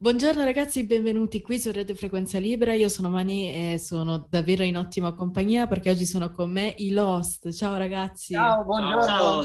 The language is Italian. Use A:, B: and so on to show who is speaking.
A: Buongiorno ragazzi, benvenuti qui su Radio Frequenza Libera. Io sono Mani e sono davvero in ottima compagnia perché oggi sono con me i Lost. Ciao ragazzi.
B: Ciao, buongiorno.
C: Ciao,